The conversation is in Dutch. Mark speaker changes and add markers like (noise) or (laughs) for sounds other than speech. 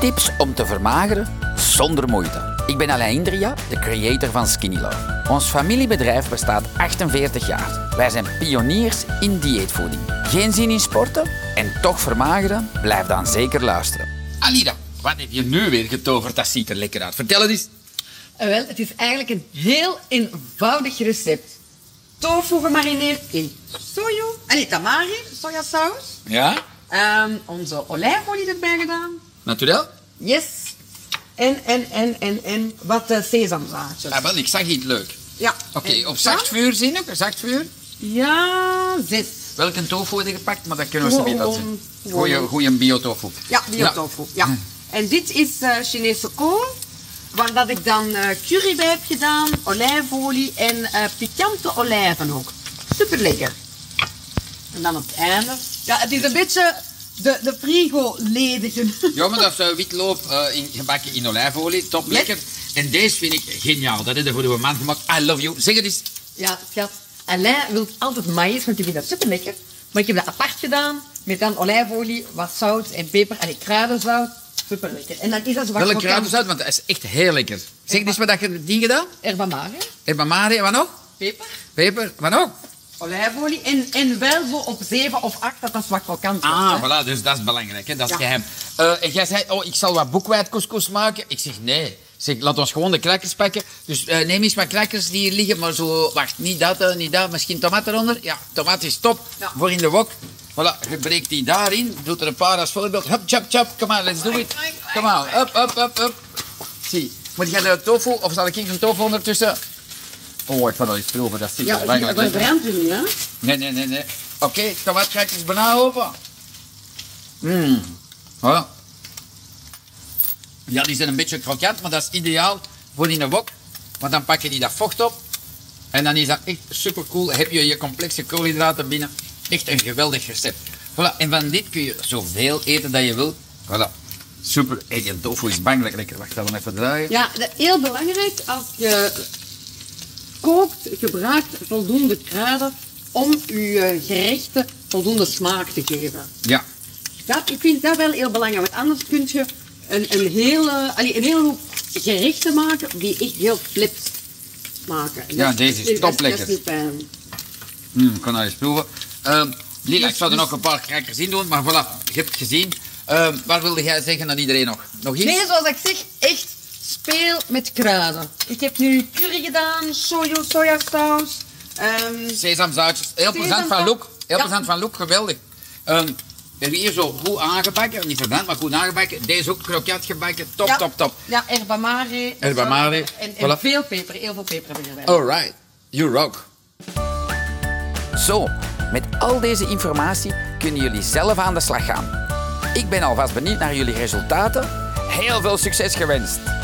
Speaker 1: Tips om te vermageren zonder moeite. Ik ben Alain Indria, de creator van Skinny Love. Ons familiebedrijf bestaat 48 jaar. Wij zijn pioniers in dieetvoeding. Geen zin in sporten en toch vermageren? Blijf dan zeker luisteren. Alida, wat heb je nu weer getoverd? Dat ziet er lekker uit. Vertel het eens.
Speaker 2: Eh, Wel, het is eigenlijk een heel eenvoudig recept. Tofu gemarineerd in sojo, allee, tamari, sojasaus.
Speaker 1: Ja?
Speaker 2: Ehm, onze olijfolie erbij gedaan.
Speaker 1: Natuurlijk.
Speaker 2: Yes. En, en, en, en, en wat eh, sesamzaadjes.
Speaker 1: Ah, wel, ik zag iets leuk.
Speaker 2: Eh, Ja.
Speaker 1: Oké,
Speaker 2: En
Speaker 1: op zacht
Speaker 2: dan?
Speaker 1: vuur zien ook, zacht vuur.
Speaker 2: Ja, zes.
Speaker 1: Welke tofu heb je gepakt? Maar dat kunnen we zo niet
Speaker 2: Gewoon-
Speaker 1: laten zien.
Speaker 2: gewoon-
Speaker 1: Goeie, goeie biotofu.
Speaker 2: Ja, biotofu. Ja.
Speaker 1: Hm.
Speaker 2: En dit is eh, Chinese kool. Waar dat ik dan eh, curry bij heb gedaan, olijfolie en eh, pikante olijven ook. Super lekker. En dan op het einde. Ja, het is een beetje de, de frigo-ledigen.
Speaker 1: Ja, maar dat is eh, witloop eh, in, gebakken in olijfolie. Top
Speaker 2: Yes.
Speaker 1: lekker. En deze vind ik geniaal. Dat is voor uw man gemaakt. I love you. Zeg het eens.
Speaker 2: (laughs) Ja, schat. Alain wil altijd maïs, want die vindt dat super lekker. Maar ik heb dat apart gedaan. Met dan olijfolie, wat zout en peper. En kruidenzout. Super lekker. En dan is dat zo wat
Speaker 1: Welke
Speaker 2: krokant
Speaker 1: kruidenzout, want dat is echt heel lekker. Zeg eens wat dat je die gedaan.
Speaker 2: ervan maken.
Speaker 1: Herba mare, wat nog?
Speaker 2: Peper.
Speaker 1: Peper, wat nog?
Speaker 2: Olijfolie. En, en wel zo op 7 of 8 dat dat zwak krokant wordt,
Speaker 1: Ah,
Speaker 2: hè.
Speaker 1: voilà, dus dat is belangrijk, hè? dat is
Speaker 2: Ja.
Speaker 1: geheim. Eh, en jij zei, oh, ik zal wat boekwijdcouscous maken. Ik zeg, nee. Ik zeg, laat ons gewoon de crackers pakken. Dus eh, neem eens wat crackers die hier liggen, maar zo, wacht, niet dat, eh, niet dat, misschien tomaat eronder. Ja, tomaat is top,
Speaker 2: Ja.
Speaker 1: voor in de wok. Voilà, je breekt die daarin, doet er een paar als voorbeeld. Hup, chop, chop, come on, let's do it. Come on, up, up, up, up. Zie, moet jij de tofu, of zal ik een tofu ondertussen? Oh, ik ga dat eens proeven, dat ziet er
Speaker 2: Ja, dus
Speaker 1: belangrijk
Speaker 2: dat dat
Speaker 1: uit.
Speaker 2: brandt u nu, hè?
Speaker 1: Nee, nee, nee, nee. Oké, tomaat ga ik eens bijna open. Mmm. Ja. ja, die zijn een beetje krokant, maar dat is ideaal voor in een wok. Want dan pak je die dat vocht op. En dan is dat echt super cool. Heb je je complexe koolhydraten binnen. Echt een geweldig recept. Voilà, en van dit kun je zoveel eten dat je wil. Voilà. Super. Hey, die tofu is bangelijk lekker. Wacht, dat we hem even draaien.
Speaker 2: Ja, dat- heel belangrijk als je kookt, gebruikt voldoende kruiden om je gerechten voldoende smaak te geven.
Speaker 1: Ja.
Speaker 2: Dat, ik vind dat wel heel belangrijk, want anders kun je een, een, hele, allee, een hele hoop gerechten maken die echt heel flips maken. En
Speaker 1: Ja,
Speaker 2: dat-
Speaker 1: deze is
Speaker 2: dat dat
Speaker 1: toplekker.
Speaker 2: niet fijn.
Speaker 1: Mm, ik kan dat eens proeven. Ehm, Lila,
Speaker 2: Dus-
Speaker 1: ik zou er
Speaker 2: dus-
Speaker 1: nog een paar crackers in doen, maar voilà, je hebt het gezien. Ehm, wat wilde jij zeggen aan iedereen nog? Nog iets?
Speaker 2: Nee, zoals ik zeg, echt speel met kruiden. Ik heb nu curry gedaan, sojo, sojasaus. ehm,
Speaker 1: Sesamzaadjes. Heel plezant van
Speaker 2: Sesamzaad.
Speaker 1: Loek. Heel
Speaker 2: Ja.
Speaker 1: plezant van Loek, geweldig. Ehm, we hebben hier zo goed aangebakken, niet verbrand, maar goed aangebakken. Deze ook kroket gebakken, top,
Speaker 2: Ja.
Speaker 1: top, top.
Speaker 2: Ja, erba mare.
Speaker 1: Erba mare,
Speaker 2: En, en
Speaker 1: voilà.
Speaker 2: veel peper, heel veel peper hebben we erbij.
Speaker 1: Alright, you rock.
Speaker 3: Zo, met al deze informatie kunnen jullie zelf aan de slag gaan. Ik ben alvast benieuwd naar jullie resultaten. Heel veel succes gewenst!